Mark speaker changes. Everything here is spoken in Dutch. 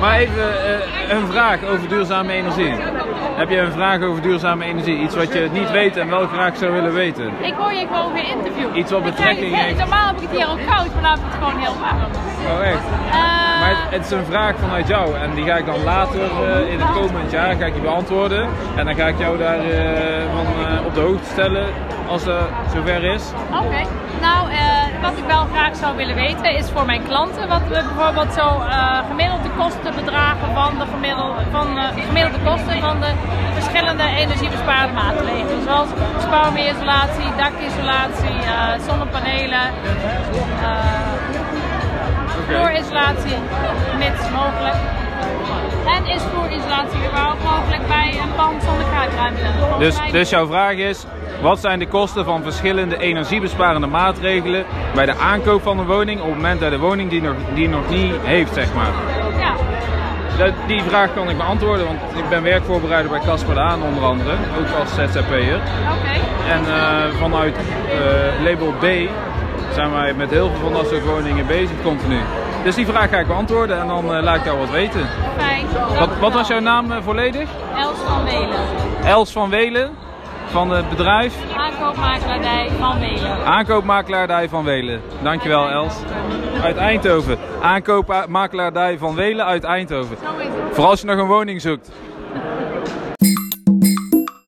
Speaker 1: Maar even eh, een vraag over duurzame energie. Heb je een vraag over duurzame energie? Iets wat je niet weet en wel graag zou willen weten?
Speaker 2: Ik hoor je gewoon geïnterviewd.
Speaker 1: Iets wat
Speaker 2: Ik krijg het
Speaker 1: betrekking
Speaker 2: heel-
Speaker 1: heeft.
Speaker 2: Normaal heb ik het hier ook koud, maar nu heb ik het gewoon heel warm.
Speaker 1: Oh echt?
Speaker 2: Eh,
Speaker 1: Maar het, het is een vraag vanuit jou en die ga ik dan later eh, in het komend jaar ga ik die beantwoorden. En dan ga ik jou daar eh, van, eh, op de hoogte stellen als het zover is.
Speaker 2: Oké. Nou, eh, wat ik wel graag zou willen weten is voor mijn klanten wat we bijvoorbeeld zo eh, gemiddelde kosten bedragen van de gemiddelde, van, eh, gemiddelde kosten van de verschillende energiebespaarde maatregelen. Zoals spouwmeerisolatie, dakisolatie, eh, zonnepanelen, eh
Speaker 1: Oké.
Speaker 2: vloerisolatie, mits mogelijk. En is vloerisolatie überhaupt mogelijk bij een pand zonder kruipruimte? Volgens
Speaker 1: Dus,
Speaker 2: mij-
Speaker 1: dus jouw vraag is, wat zijn de kosten van verschillende energiebesparende maatregelen bij de aankoop van een woning op het moment dat de woning die nog, die nog niet heeft, zeg maar?
Speaker 2: Ja.
Speaker 1: Dat, die vraag kan ik beantwoorden, want ik ben werkvoorbereider bij Casper de Haan onder andere, ook als ZZP'er.
Speaker 2: Oké.
Speaker 1: En eh, vanuit eh, label B zijn wij met heel veel van dat soort woningen bezig continu. Dus die vraag ga ik beantwoorden en dan eh, laat ik jou wat weten.
Speaker 2: Fijn.
Speaker 1: Wat, wat was
Speaker 2: Dankjewel.
Speaker 1: jouw naam eh, volledig?
Speaker 2: Els van Welen.
Speaker 1: Els van Welen van het bedrijf
Speaker 2: Aankoopmakelaardij van Welen.
Speaker 1: Aankoopmakelaardij van Welen. Dankjewel Els. Uit Eindhoven. Aankoopmakelaardij van Welen uit Eindhoven.
Speaker 2: Zo is het.
Speaker 1: Vooral als je nog een woning zoekt.